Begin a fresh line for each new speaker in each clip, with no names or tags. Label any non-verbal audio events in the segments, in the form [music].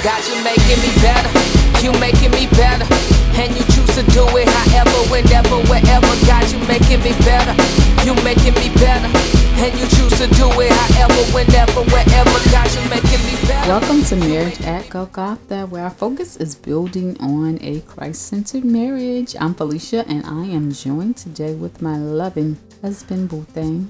God, you making me better. You making me better. And you choose to do it however, whenever, wherever. God, you making me better. You making me better. And you choose to do it however, whenever, wherever. God, you making me better.
Welcome to Marriage at Golgotha, where our focus is building on a Christ centered marriage. I'm Felicia, and I am joined today with my loving husband, Boothang.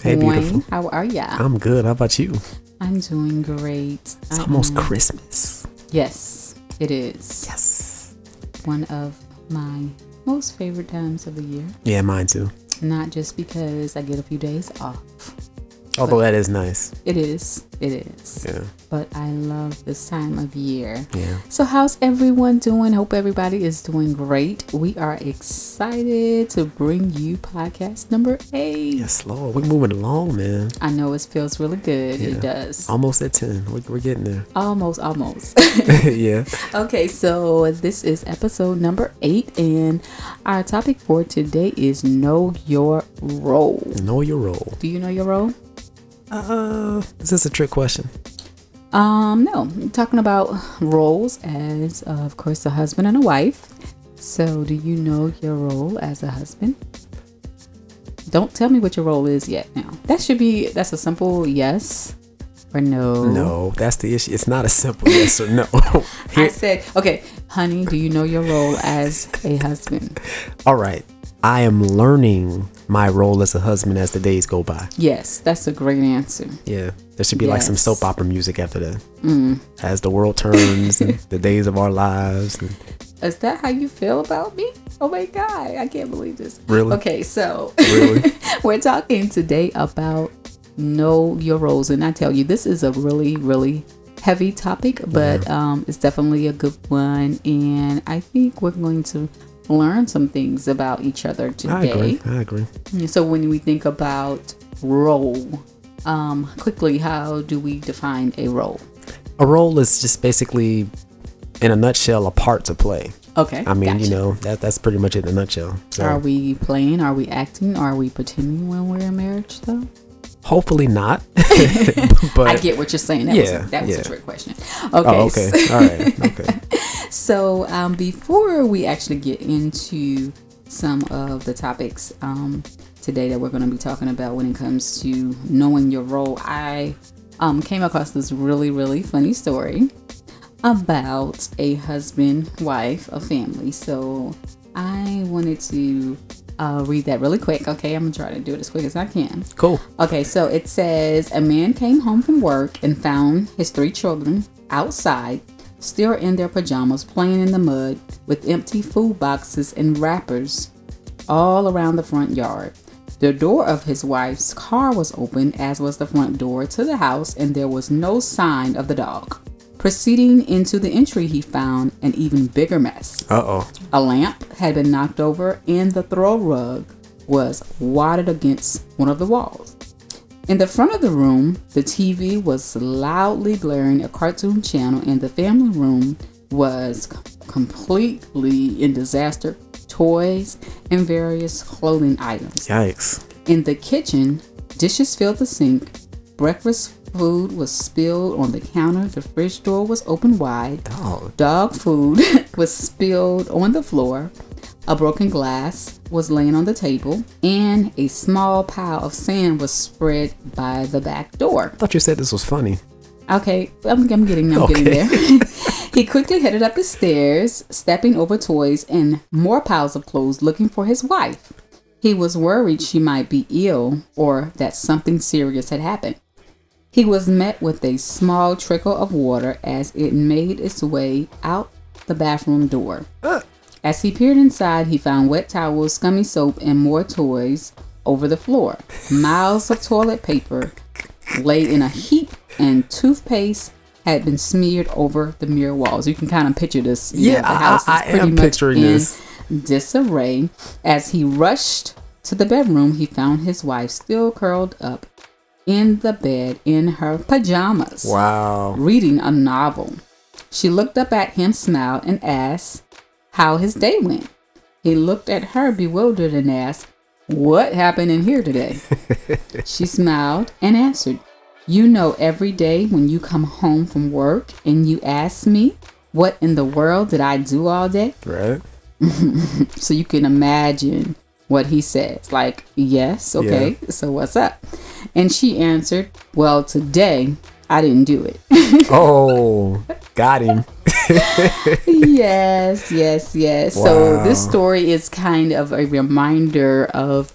Hey, beautiful.
Wayne, how are ya?
I'm good. How about you?
I'm doing great.
It's almost Christmas.
Yes, it is.
Yes.
One of my most favorite times of the year.
Yeah, mine too.
Not just because I get a few days off.
Although that is nice.
It is. It is.
Yeah.
But I love this time of year.
Yeah.
So, how's everyone doing? Hope everybody is doing great. We are excited to bring you podcast number eight.
Yes, Lord. We're moving along, man.
I know it feels really good.
Yeah.
It does.
Almost at 10. We're, we're getting there. [laughs]
Almost, almost. [laughs]
yeah.
Okay, so this is episode number eight, and our topic for today is know your role.
Know your role.
Do you know your role?
Uh, is this a trick question?
Um, no, I'm talking about roles as, of course, a husband and a wife. So, do you know your role as a husband? Don't tell me what your role is yet. Now, that should be that's a simple yes or no.
No, that's the issue. It's not a simple [laughs] yes or no.
I
Here,
said, okay, honey, do you know your role as a husband?
[laughs] all right. I am learning my role as a husband as the days go by.
Yes, that's a great answer.
Yeah. Mm. There should be like some
Yes.
soap opera music after that. As the world turns [laughs] and the days of our lives. And
Is that how you feel about me? Oh my God, I can't believe this.
Really?
Okay, so [laughs]
really?
we're talking today about know your roles. And I tell you, this is a really, really heavy topic, but um, it's definitely a good one. And I think we're going to learn some things about each other
[laughs] I
today.
agree. I agree.
So when we think about role, um, quickly, how do we define a role?
a role is just basically in a nutshell a part to play
Okay.
i mean you
gotcha.
know that that's pretty much it in a nutshell so
Are we playing? Are we acting? Are we pretending when we're in marriage, though? [laughs]
hopefully not [laughs]
I
but
get what you're saying. That
Yeah,
was, that was
yeah.
a trick question. Okay.
oh okay
s-
all
[laughs]
right okay
So, um, before we actually get into some of the topics um, today that we're going to be talking about when it comes to knowing your role, I um, came across this really, really funny story about a husband, wife, a family. So, I wanted to uh, read that really quick. Okay, I'm going to try to do it as quick as I can.
cool
Okay, so it says a man came home from work and found his three children outside, still in their pajamas, playing in the mud with empty food boxes and wrappers all around the front yard. The door of his wife's car was open, as was the front door to the house, and there was no sign of the dog. Proceeding into the entry, he found an even bigger mess.
uh-oh
A lamp had been knocked over, and the throw rug was wadded against one of the walls. In the front of the room, the TV was loudly blaring a cartoon channel, and the family room was c- completely in disaster toys and various clothing items.
yikes
In the kitchen, dishes filled the sink, breakfast food was spilled on the counter, the fridge door was open wide,
oh
Dog food [laughs] was spilled on the floor. A broken glass was laying on the table, and a small pile of sand was spread by the back door.
i thought you said this was funny
Okay, I'm, I'm getting I'm getting
Okay.
there. he quickly headed up the stairs, stepping over toys and more piles of clothes, looking for his wife. He was worried she might be ill or that something serious had happened. He was met with a small trickle of water as it made its way out the bathroom door. As he peered inside, he found wet towels, scummy soap, and more toys over the floor. Miles of toilet paper laid in a heap, and toothpaste had been smeared over the mirror walls. You can kind of picture this. you
Yeah,
know, the
I-
house
I-
is
I
pretty
am
much
picturing
in
this.
disarray. As he rushed to the bedroom, he found his wife still curled up in the bed in her pajamas
wow
reading a novel. She looked up at him, smiled, and asked how his day went. He looked at her bewildered and asked, What happened in here today? she smiled and answered, You know, every day when you come home from work and you ask me, What in the world did I do all day?
Right?
So you can imagine what he says. Like, Yes, okay, so what's up? And she answered, Well, today I didn't do it. [laughs]
Oh, got him.
yes, yes, yes. So this
Wow.
story is kind of a reminder of,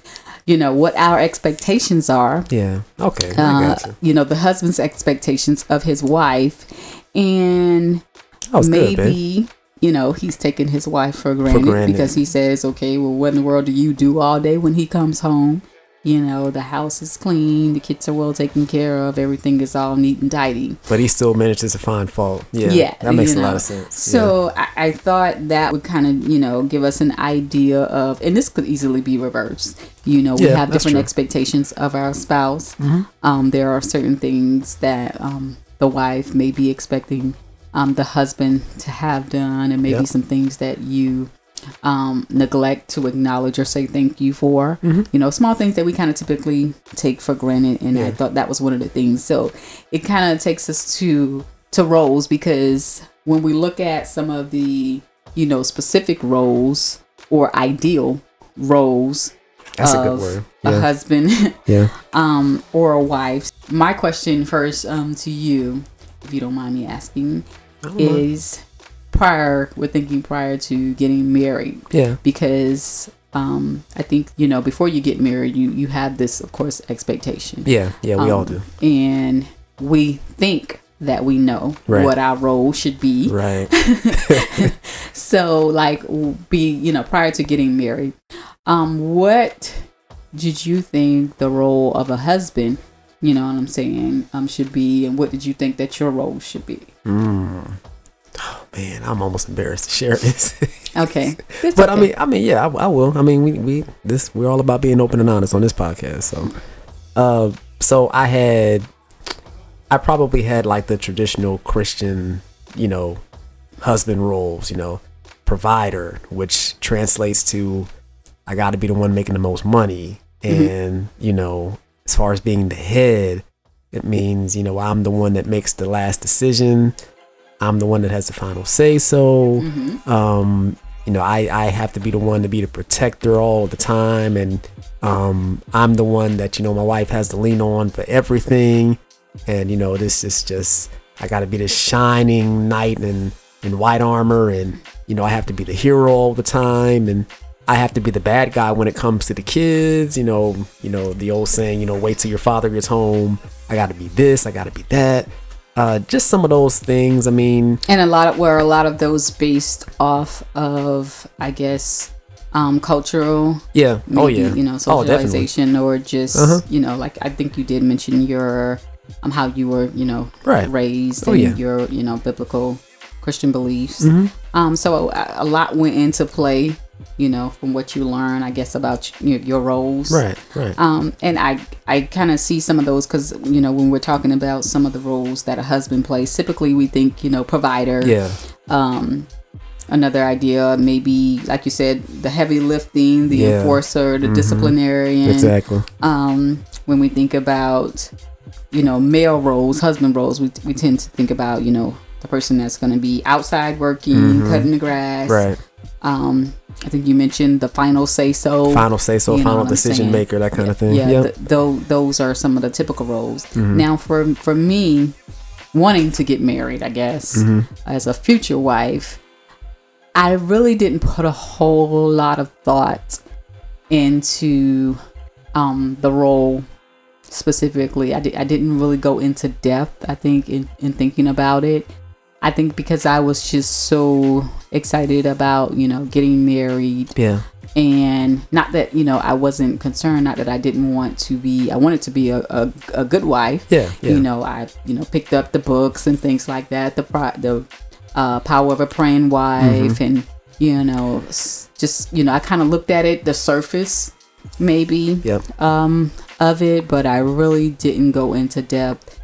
you know, what our expectations are.
Yeah. Okay. I
Uh,
got you.
you know, the husband's expectations of his wife, and
That was good, babe.
maybe you know he's taking his wife for granted,
granted.
because he says, "Okay, well, what in the world do you do all day when he comes home?" You know, the house is clean, the kids are well taken care of, everything is all neat and tidy.
But he still manages to find fault. Yeah. that makes
you
a lot
know.
of sense. Yeah.
So I, I thought that would kind of, you know, give us an idea of, and this could easily be reversed. You know, we
Yeah,
have
that's
different
true. Mm-hmm.
expectations of our spouse. Um, there are certain things that um, the wife may be expecting um, the husband to have done, and maybe
Yep.
some things that you um, neglect to acknowledge or say thank you for.
Mm-hmm.
You know, small things that we kind of typically take for granted, and I
Yeah.
thought that was one of the things. So it kind of takes us to to roles because when we look at some of the you know specific roles or ideal roles
that's a
of
good word.
a
Yeah.
husband [laughs]
yeah.
um, or a wife. My question first um, to you, if you don't mind me asking,
Mm-hmm.
is prior we're thinking prior to getting married
Yeah.
because um, I think you know before you get married you you have this of course expectation
Yeah. Yeah. We all do.
um, and we think that we know
Right.
what our role should be
Right.
so like w- be you know prior to getting married um what did you think the role of a husband you know what i'm saying um should be and what did you think that your role should be
Man, I'm almost embarrassed to share this. [laughs]
okay It's
but I
okay.
mean, I mean, yeah, I, I will. I mean, we, we this we're all about being open and honest on this podcast. So, uh, so I had, I probably had like the traditional Christian, you know, husband roles. You know, provider, which translates to I got to be the one making the most money,
Mm-hmm.
and you know, as far as being the head, it means you know I'm the one that makes the last decision. I'm the one that has the final say. So,
Mm-hmm.
um, you know, I, I have to be the one to be the protector all the time. And um, I'm the one that, you know, my wife has to lean on for everything. And, you know, this is just, I got to be the shining knight in, in white armor. And, you know, I have to be the hero all the time. And I have to be the bad guy when it comes to the kids. You know, you know, the old saying, you know, wait till your father gets home. I got to be this. I got to be that. Uh, just some of those things. I mean,
and a lot of were a lot of those based off of i guess um cultural
yeah. oh,
maybe,
yeah.
you know
oh, definitely. Uh-huh.
socialization or just you know like i think you did mention your um how you were you know
Right.
raised
Oh,
and
yeah. Mm-hmm.
your you know biblical christian beliefs um so a, a lot went into play you know from what you learn i guess about your, your roles
Right, right.
um, and I I kind of see some of those because you know when we're talking about some of the roles that a husband plays, typically we think you know provider.
Yeah.
Um, another idea maybe like you said, the heavy lifting, the
Yeah. Mm-hmm.
enforcer, the disciplinarian.
Exactly.
Um, when we think about you know male roles, husband roles, we we tend to think about you know the person that's going to be outside working, cutting the grass.
Mm-hmm. Right.
Um, I think you mentioned the final say so.
Final say so,
You know
final
what I'm
decision
saying?
maker, that kind of thing.
yeah,
Yeah.
th- tho- those are some of the typical roles. Now, for for me, wanting to get married, I guess as a future wife, I really didn't put a whole lot of thought into um, the role specifically. I, di- I didn't really go into depth. I think in, in thinking about it, I think because I was just so excited about you know getting married
yeah.
and not that you know i wasn't concerned not that i didn't want to be i wanted to be a, a, a good wife
Yeah, yeah.
you know i you know picked up the books and things like that the pro the uh, power of a
Mm-hmm.
praying wife and you know s- just you know i kind of looked at it the surface maybe
Yep.
um of it but i really didn't go into depth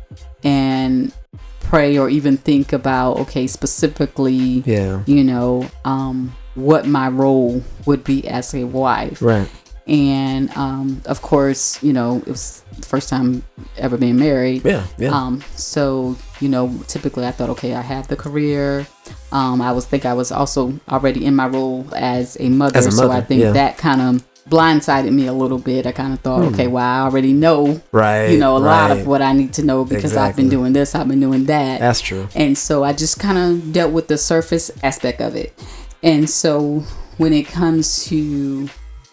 and pray or even think about okay specifically
Yeah.
you know, um, what my role would be as a wife.
Right.
and um, of course, you know, it was the first time ever being married.
Yeah, yeah.
Um, so you know, typically I thought, okay, I have the career. Um, I was think I was also already in my role as a mother,
As a
so I
mother,
think
yeah.
that kind of blindsided me a little bit. I kind of thought, okay, well, I already know,
Hmm. right.
you know, a lot
right.
of what I need to know because I've
Exactly.
been doing this, I've been doing that.
That's true.
And so I just kind of dealt with the surface aspect of it. And so when it comes to,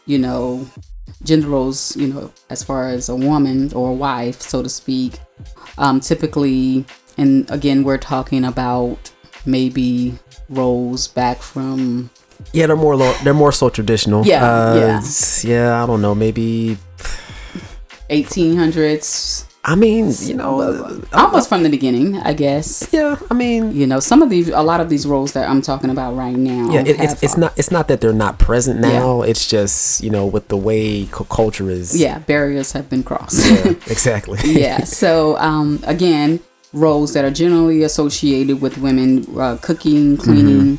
you know, gender roles, you know, as far as a woman or a wife, so to speak, um, typically, and again, we're talking about maybe roles back from
Yeah, they're more lo- they're more so traditional.
Yeah,
uh,
yeah.
s- yeah. I don't know. Maybe
1800s,
I mean, you know, uh,
almost from the beginning, I guess.
yeah. I mean,
You know, some of these, a lot of these roles that I'm talking about right now.
yeah. It, it's
have- uh,
it's not it's not that they're not present now. It's just you know with the way cu- culture is.
Yeah, barriers have been crossed. [laughs]
Yeah, exactly.
yeah. So um, again, roles that are generally associated with women: uh, cooking, cleaning,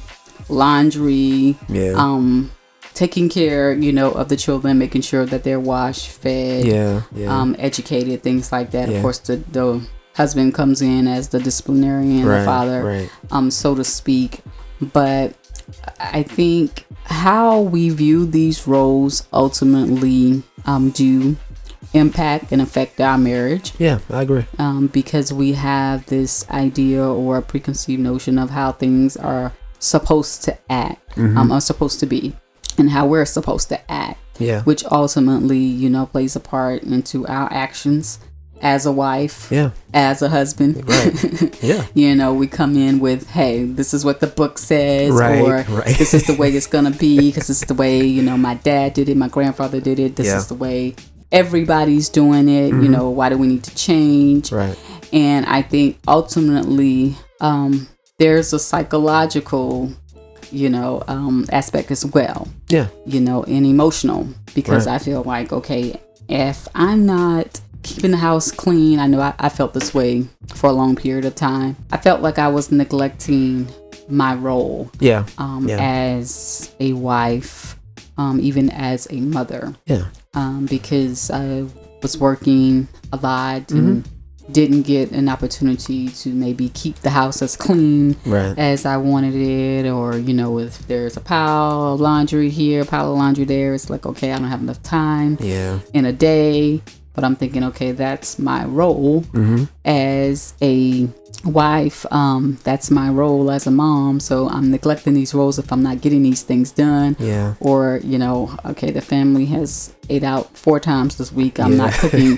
laundry,
[laughs] Mm-hmm. Yeah.
um, taking care, you know, of the children, making sure that they're washed, fed,
yeah. Yeah.
um, educated, things like that.
Yeah.
Of course, the, the husband comes in as the disciplinarian,
right.
the father,
Right.
um, so to speak. But I think how we view these roles ultimately um, do impact and affect our marriage
Yeah. I agree.
um, because we have this idea or preconceived notion of how things are supposed to act,
Mm-hmm.
um, are supposed to be, and how we're supposed to act,
Yeah.
which ultimately, you know, plays a part into our actions as a wife,
Yeah.
as a husband.
Right. Yeah.
[laughs] you know, we come in with, hey, this is what the book says,
Right,
or
right.
this is the way it's gonna be, because it's the
[laughs]
way you know my dad did it, my grandfather did it. This
Yeah. Mm-hmm.
is the way everybody's doing it. You know, why do we need to change?
Right.
And I think ultimately, um, there's a psychological, you know, um, aspect as well
Yeah.
you know, and emotional because
Right.
I feel like, okay, if I'm not keeping the house clean, I know I, I felt this way for a long period of time. I felt like I was neglecting my role
Yeah.
um,
Yeah.
as a wife, um, even as a mother,
Yeah.
um, because I was working a lot
Mm-hmm.
and didn't get an opportunity to maybe keep the house as clean
Right.
as I wanted it, or you know, if there's a pile of laundry here, a pile of laundry there, it's like okay, I don't have enough time
Yeah.
in a day. But I'm thinking, okay, that's my role
Mm-hmm.
as a wife. Um, that's my role as a mom. So I'm neglecting these roles if I'm not getting these things done.
Yeah.
Or, you know, okay, the family has ate out four times this week. I'm not
Yeah.
cooking.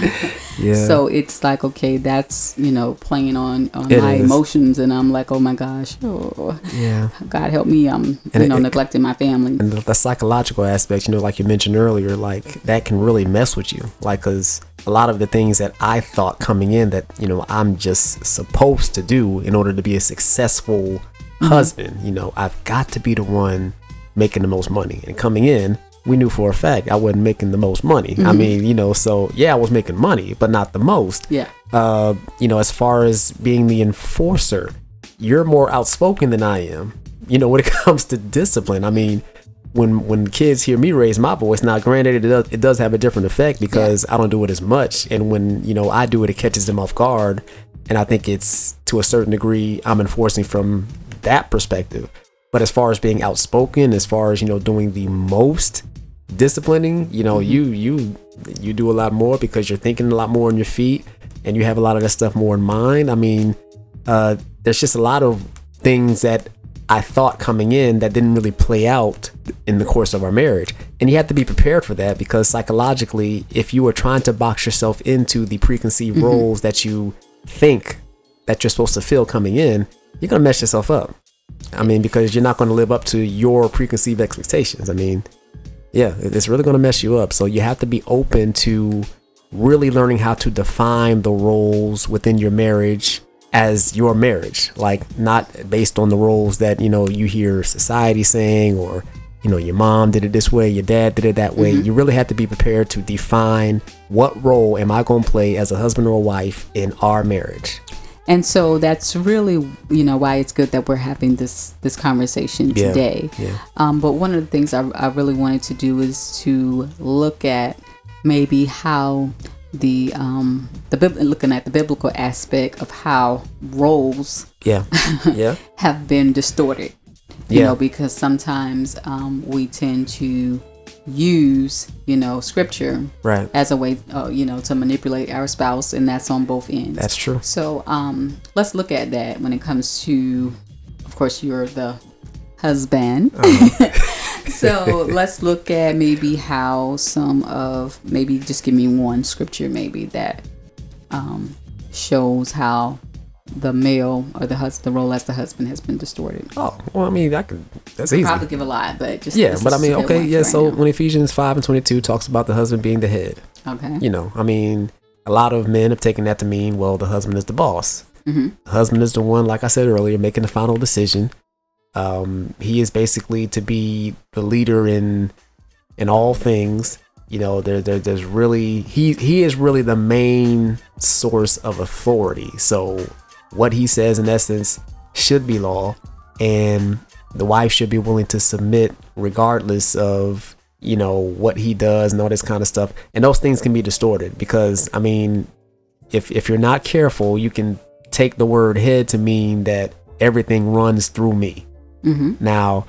[laughs] Yeah.
So it's like, okay, that's, you know, playing on, on
It
my
is.
emotions. And I'm like, oh my gosh, oh,
yeah.
God help me. I'm, you
And it-
know,
it-
neglecting my family.
and the, the psychological aspect, you know, like you mentioned earlier, like that can really mess with you. Like, cause a lot of the things that I thought coming in that, you know, I'm just supposed to do in order to be a successful husband, you know, I've got to be the one making the most money. And coming in, we knew for a fact I wasn't making the most money. I mean, you know, so yeah, I was making money, but not the most
Yeah.
uh, you know, as far as being the enforcer, you're more outspoken than I am. You know, [laughs] when it comes to discipline, I mean, when when kids hear me raise my voice, now granted, it does, it does have a different effect because I don't do it as much, and when you know I do it, it catches them off guard, and I think it's to a certain degree I'm enforcing from that perspective. But as far as being outspoken, as far as you know, doing the most disciplining, you know, you you you do a lot more because you're thinking a lot more on your feet and you have a lot of that stuff more in mind. I mean, uh, there's just a lot of things that I thought coming in that didn't really play out in the course of our marriage. And you have to be prepared for that because psychologically, if you are trying to box yourself into the preconceived roles that you think that you're supposed to feel coming in, you're gonna mess yourself up. I mean, because you're not gonna live up to your preconceived expectations. I mean, yeah, it- it's really gonna mess you up. So you have to be open to really learning how to define the roles within your marriage as your marriage like not based on the roles that you know you hear society saying or you know your mom did it this way your dad did it that way you really have to be prepared to define what role am i going to play as a husband or a wife in our marriage
And so that's really, you know, why it's good that we're having this this conversation
Yeah.
today.
Yeah.
Um, but one of the things I, I really wanted to do is to look at maybe how the um, the bib- looking at the biblical aspect of how roles
Yeah. Yeah.
have been distorted. You
Yeah.
know, because sometimes um, we tend to use, you know, scripture
Right.
as a way, uh, you know, to manipulate our spouse, and that's on both ends.
That's true.
So um, let's look at that when it comes to, of course, you're the husband.
Uh-huh.
[laughs] so let's look at maybe how some of maybe just give me one scripture maybe that um, shows how the male or the husband, the role as the husband has been distorted.
Oh, well, I mean, I could. That's easy.
Probably give a lot, but just
Yeah,
this
but I
is
mean,
just a good
okay,
one
yeah.
right
So
now.
when Ephesians five and twenty two talks about the husband being the head,
okay,
you know, I mean, a lot of men have taken that to mean, well, the husband is the boss.
Mhm.
The husband is the one, like I said earlier, making the final decision. Um, he is basically to be the leader in in all things. You know, there, there there's really he he is really the main source of authority. So what he says in essence should be law, and the wife should be willing to submit regardless of you know what he does and all this kind of stuff. And those things can be distorted because I mean, if if you're not careful, you can take the word head to mean that everything runs through me.
hmm
Now,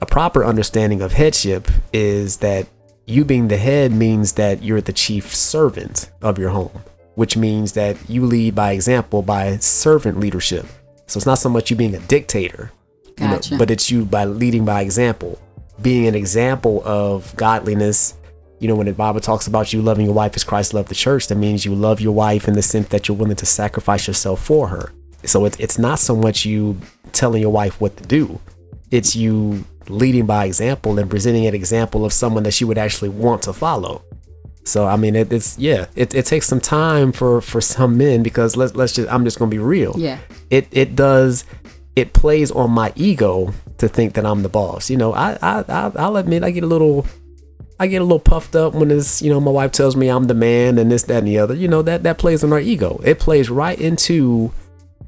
a proper understanding of headship is that you being the head means that you're the chief servant of your home, which means that you lead by example by servant leadership. So it's not so much you being a dictator, you know,
gotcha.
but it's you by leading by example, being an example of godliness. You know, when the Bible talks about you loving your wife as Christ loved the church, that means you love your wife in the sense that you're willing to sacrifice yourself for her. So it's it's not so much you telling your wife what to do, it's you leading by example and presenting an example of someone that she would actually want to follow. So I mean, it, it's yeah, it, it takes some time for for some men because let's let's just I'm just gonna be real
yeah,
it it does it plays on my ego to think that I'm the boss. You know, I I, I I'll admit I get a little I get a little puffed up when it's you know my wife tells me I'm the man and this that and the other. You know that that plays on our ego. It plays right into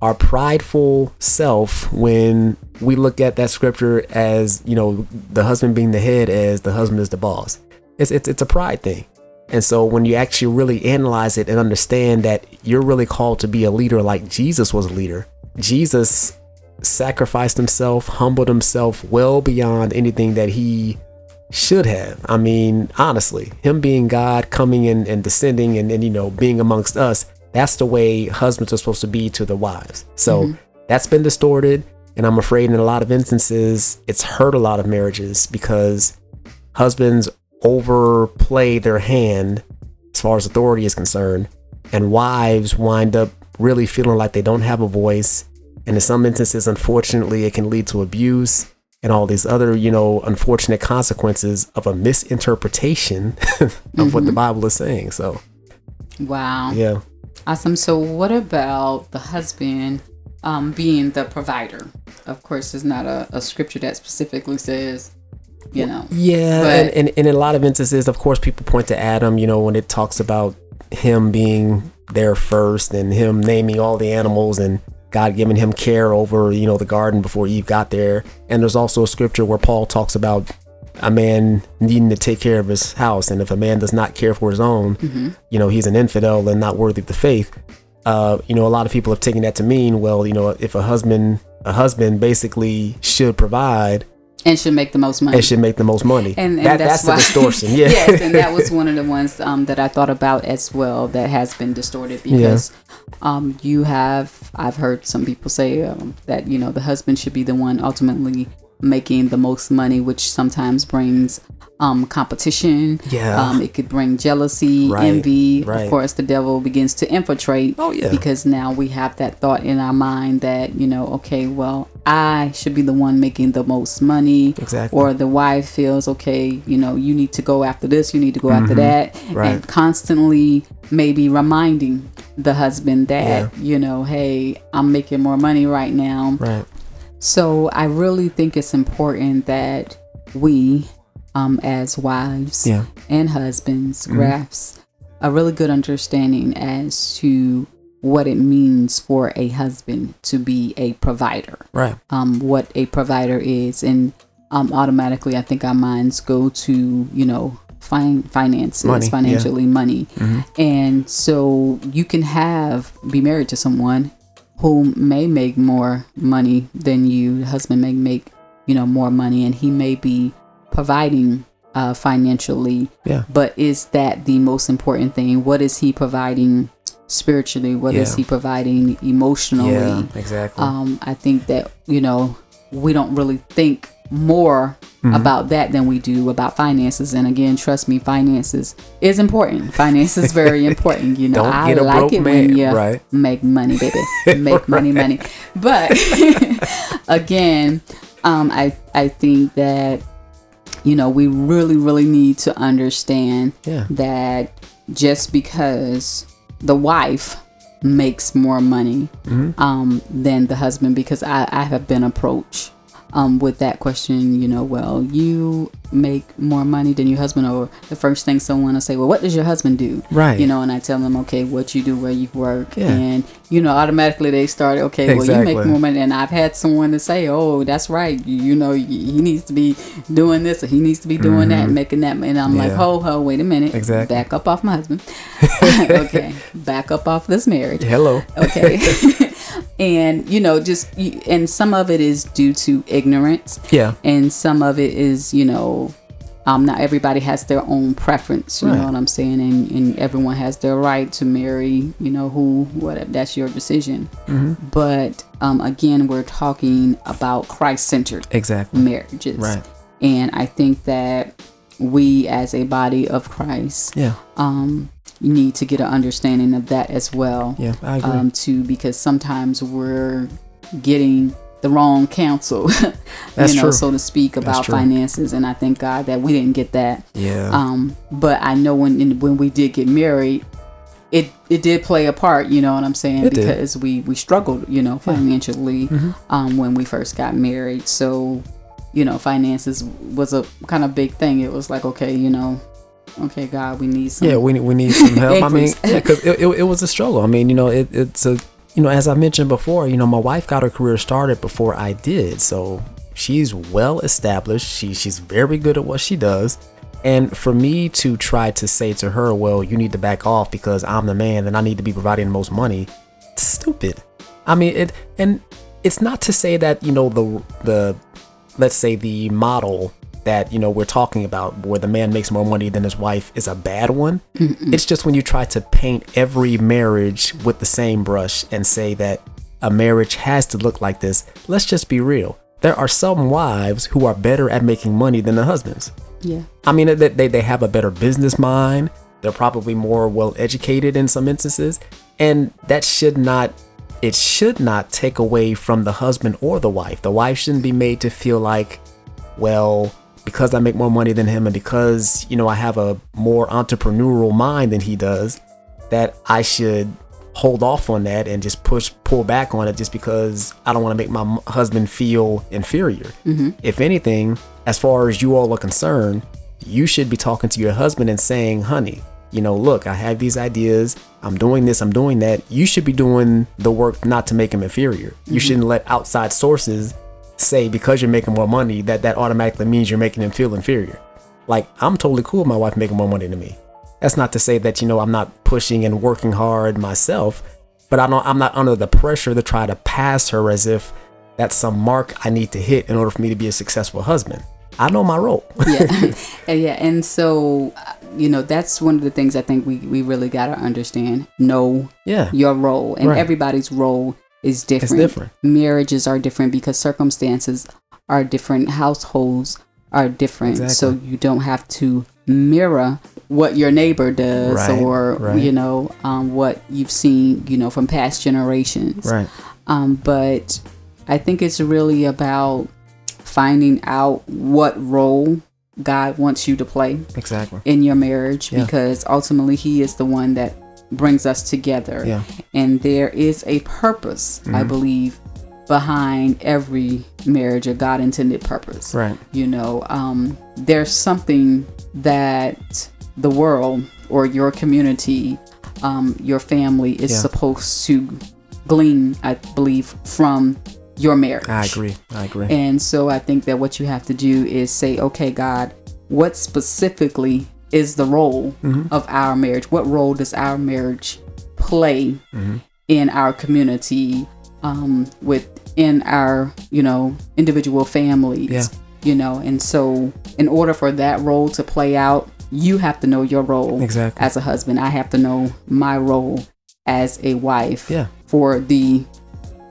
our prideful self when we look at that scripture as you know the husband being the head as the husband is the boss. It's it's it's a pride thing. And so when you actually really analyze it and understand that you're really called to be a leader like Jesus was a leader. Jesus sacrificed himself, humbled himself well beyond anything that he should have. I mean, honestly, him being God, coming in and descending and, and you know, being amongst us, that's the way husbands are supposed to be to the wives. So that's been distorted. And I'm afraid in a lot of instances, it's hurt a lot of marriages because husbands overplay their hand as far as authority is concerned, and wives wind up really feeling like they don't have a voice. And in some instances, unfortunately, it can lead to abuse and all these other, you know, unfortunate consequences of a misinterpretation [laughs] of what the Bible is saying. So,
wow.
yeah.
Awesome. So, what about the husband um, being the provider? Of course, there's not a, a scripture that specifically says, you know.
Yeah,
But-
and, and, and in a lot of instances, of course, people point to Adam, you know, when it talks about him being there first and him naming all the animals and God giving him care over, you know, the garden before Eve got there. And there's also a scripture where Paul talks about a man needing to take care of his house. And if a man does not care for his own, you know, he's an infidel and not worthy of the faith. Uh, you know, a lot of people have taken that to mean, well, you know, if a husband, a husband basically should provide
And should make the most money.
and should make the most money.
and, and
That- that's, the
[laughs]
distortion. Yeah.
yes, and that was one of the ones um, that I thought about as well that has been distorted because um, you have, I've heard some people say um, that, you know, the husband should be the one ultimately making the most money, which sometimes brings um, competition.
Yeah.
Um, it could bring jealousy,
Right,
envy. Of
right.
course, the devil begins to infiltrate.
Oh, yeah.
Because now we have that thought in our mind that, you know, okay, well, I should be the one making the most money
Exactly.
or the wife feels okay you know you need to go after this you need to go after that and
Mm-hmm. Right.
constantly maybe reminding the husband that you know hey i'm making more money right now
[laughs] right.
so i really think it's important that we um, as wives
Yeah. Mm-hmm.
and husbands grasp a really good understanding as to what it means for a husband to be a provider,
Right.
um, what a provider is, and um, automatically I think our minds go to you know fin- finances,
Money, yeah. Mm-hmm.
financially money, and so you can have be married to someone who may make more money than you. The husband may make you know more money, and he may be providing uh, financially.
Yeah.
But is that the most important thing? What is he providing spiritually? What is
Yeah.
he providing emotionally?
Yeah. Exactly.
Um, I think that you know we don't really think more
Mm-hmm.
about that than we do about finances. And again, trust me, finances is important. Finance is
[laughs]
very important. You know,
Don't
I
get a
like
broke
it
man,
when you
right.
make money,
[laughs]
baby. Make money, money. But [laughs] again, um, I I think that you know we really really need to understand
Yeah.
that just because the wife makes more money um, than the husband because I, I have been approached um, with that question you know well you make more money than your husband or the first thing someone will say well what does your husband do
Right.
you know and i tell them okay what you do where you work
Yeah.
and you know automatically they start okay well you make
Exactly.
more money and i've had someone to say oh that's right you, you know y- he needs to be doing this or he needs to be doing that making that and i'm like
Mm-hmm. Yeah.
ho ho wait a minute
Exactly.
back up off my
[laughs]
husband [laughs] okay back up off this marriage
Hello.
okay
[laughs]
and you know just y- and some of it is due to ignorance
Yeah.
and some of it is you know um, not everybody has their own preference you know
Right.
what i'm saying and, and everyone has their right to marry you know who whatever that's your decision
Mm-hmm.
but um, again we're talking about christ-centered
Exactly.
marriages
Right.
and i think that we as a body of christ
Yeah.
um, need to get an understanding of that as well
Yeah. I agree.
um, too, because sometimes we're getting the wrong counsel, [laughs]
That's
you know,
true.
so to speak, about
true.
finances. And I thank God that we didn't get that.
yeah.
Um, but I know when when we did get married, it it did play a part. You know what I'm saying?
It did. Mm-hmm.
because we we struggled, you know, financially um, when we first got married. So, you know, finances was a kind of big thing. It was like, okay, you know, okay, God, we need some.
yeah we, we need some help i mean
Increase.
because it, it, it was a struggle i mean you know it, it's a you know as i mentioned before you know my wife got her career started before i did so she's well established she she's very good at what she does and for me to try to say to her well you need to back off because i'm the man and i need to be providing the most money stupid i mean it and it's not to say that you know the the let's say the model that you know we're talking about where the man makes more money than his wife is a bad one it's just when you try to paint every marriage with the same brush and say that a marriage has to look like this let's just be real there are some wives who are better at making money than the husbands
yeah.
I mean, they, they, they have a better business mind. They're probably more well educated in some instances. And that should not, it should not take away from the husband or the wife. The wife shouldn't be made to feel like, well, because I make more money than him and because, you know, I have a more entrepreneurial mind than he does, that I should hold off on that and just push pull back on it just because I don't want to make my m- husband feel inferior. If anything, as far as you all are concerned, you should be talking to your husband and saying, "Honey, you know, look, I have these ideas. I'm doing this, I'm doing that. You should be doing the work not to make him inferior. You shouldn't let outside sources say because you're making more money that that automatically means you're making him feel inferior. Like I'm totally cool with my wife making more money than me. That's not to say that you know I'm not pushing and working hard myself, but I don't. I'm not under the pressure to try to pass her as if that's some mark I need to hit in order for me to be a successful husband. I know my role. [laughs]
yeah And yeah and so uh, you know that's one of the things i think we, we really got to understand know
yeah.
your role and
Right.
everybody's role is different.
different.
marriages are different because circumstances are different households are different so you don't have to mirror what your neighbor does
Right,
or
right.
you know um, what you've seen you know from past generations
Right.
um, but I think it's really about finding out what role God wants you to play
Exactly.
in your marriage
Yeah.
because ultimately He is the one that brings us together.
Yeah. Mm-hmm.
And there is a purpose, I believe, behind every marriage, a God intended purpose
Right.
you know um, there's something that the world or your community, um, your family is
Yeah.
supposed to glean, I believe, from your marriage.
I agree. I agree.
And so I think that what you have to do is say, okay, God, what specifically is the role
Mm-hmm.
of our marriage? What role does our marriage play
Mm-hmm.
in our community, um, within our, you know, individual families?
Yeah.
You know, and so in order for that role to play out, you have to know your role
Exactly.
as a husband. I have to know my role as a wife
Yeah.
for the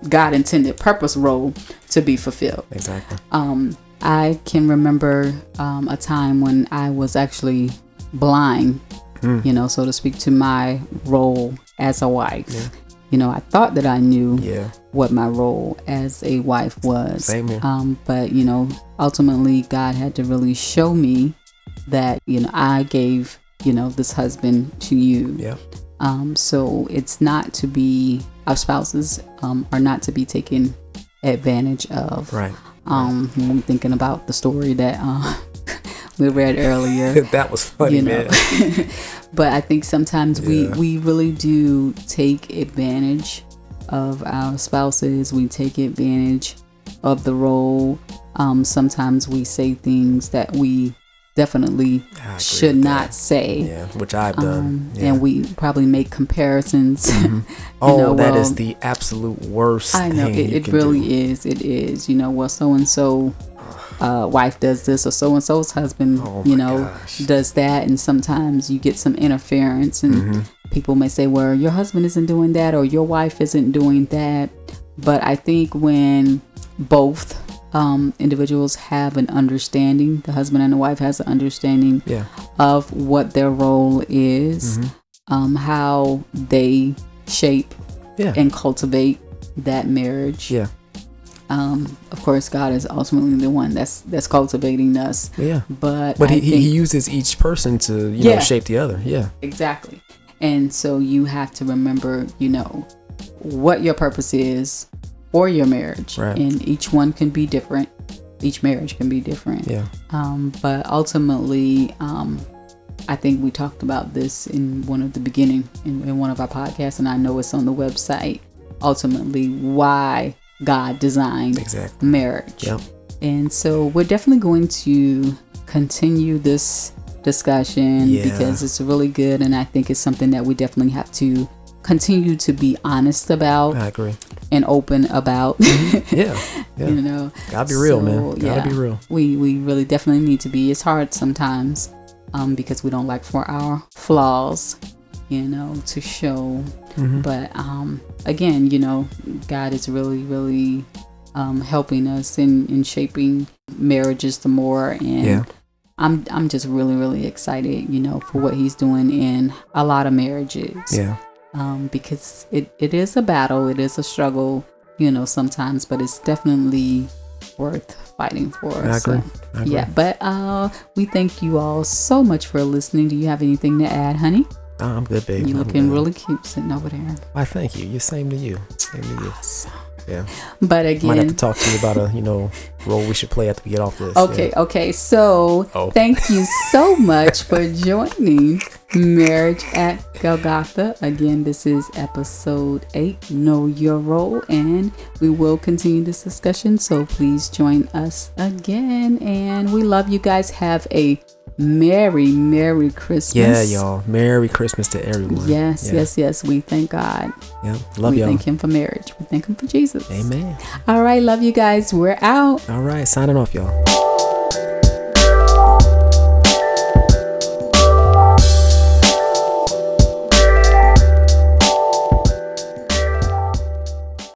God intended purpose role to be fulfilled.
exactly.
Um, I can remember um, a time when I was actually blind,
Hmm.
you know, so to speak, to my role as a wife. You know, I thought that I knew
Yeah.
what my role as a wife was.
Same here.
Um, but you know, ultimately, God had to really show me that you know I gave you know this husband to you.
Yeah.
Um, so it's not to be our spouses um, are not to be taken advantage of.
Right.
Um, when I'm thinking about the story that uh, [laughs] we read earlier
[laughs] that was funny,
you know. [laughs]
man.
but I think sometimes we
Yeah.
we really do take advantage of our spouses. We take advantage of the role. Um, sometimes we say things that we definitely
I agree
should
with
not
that.
say.
Yeah, which I've done.
Um,
yeah.
And we probably make
[laughs]
comparisons.
oh,
know,
that is
well,
the absolute
[laughs]
worst.
I know
thing
it,
you
it
can
really
do.
is. It is. You know, well, so and so uh wife does this, or so and so's husband,
Oh
you
my
know,
gosh.
does that, and sometimes you get some interference, and
Mm-hmm.
people may say, "Well, your husband isn't doing that, or your wife isn't doing that." But I think when both um, individuals have an understanding, the husband and the wife has an understanding
Yeah.
of what their role is,
Mm-hmm.
um, how they shape
Yeah.
and cultivate that marriage.
yeah.
Um, of course, God is ultimately the one that's that's cultivating us.
Yeah.
But
But
I
he, he,
think-
he uses each person to, you
Yeah.
know, shape the other. Yeah.
exactly, and so you have to remember, you know, what your purpose is for your marriage,
Right.
and each one can be different. Each marriage can be different.
Yeah.
Um, but ultimately, um, I think we talked about this in one of the beginning in, in one of our podcasts, and I know it's on the website. Ultimately, why God designed
Exactly.
marriage.
Yep.
And so we're definitely going to continue this discussion
Yeah.
because it's really good and I think it's something that we definitely have to continue to be honest about [laughs]
I agree.
and open about. [laughs]
Yeah. Mm-hmm. Yeah.
you know.
Gotta be real, man.
So,
Gotta be real.
We we really definitely need to be. It's hard sometimes, um, because we don't like for our flaws, you know, to show.
Mm-hmm.
But um, again, you know, God is really really um, helping us in in shaping marriages the more and.
Yeah.
I'm I'm just really really excited, you know, for what he's doing in a lot of marriages
Yeah.
um, because it, it is a battle, it is a struggle, you know, sometimes, but it's definitely worth fighting for.
I
so,
agree. I agree.
Yeah, but uh, we thank you all so much for listening. Do you have anything to add, honey?
Nah, I'm good, baby.
You
I'm
looking
good.
really cute sitting over there.
I thank you. You same to you. Same to you.
Awesome.
Yeah.
But
Might have to
again,
talk to you about a, you know, role we should play after we get off this.
okay, okay. So
Oh.
thank you so much
[laughs]
for joining Marriage at Golgotha. Again, this is episode eight. Know your role, and we will continue this discussion. So please join us again. And we love you guys. Have a merry, merry Christmas.
Yeah, y'all. Merry Christmas to everyone.
Yes,
Yeah.
yes, yes. We thank God.
Yeah. Love
we
y'all.
thank Him for marriage. We thank Him for Jesus.
Amen.
All right, love you guys. We're out.
All right. Signing off, y'all.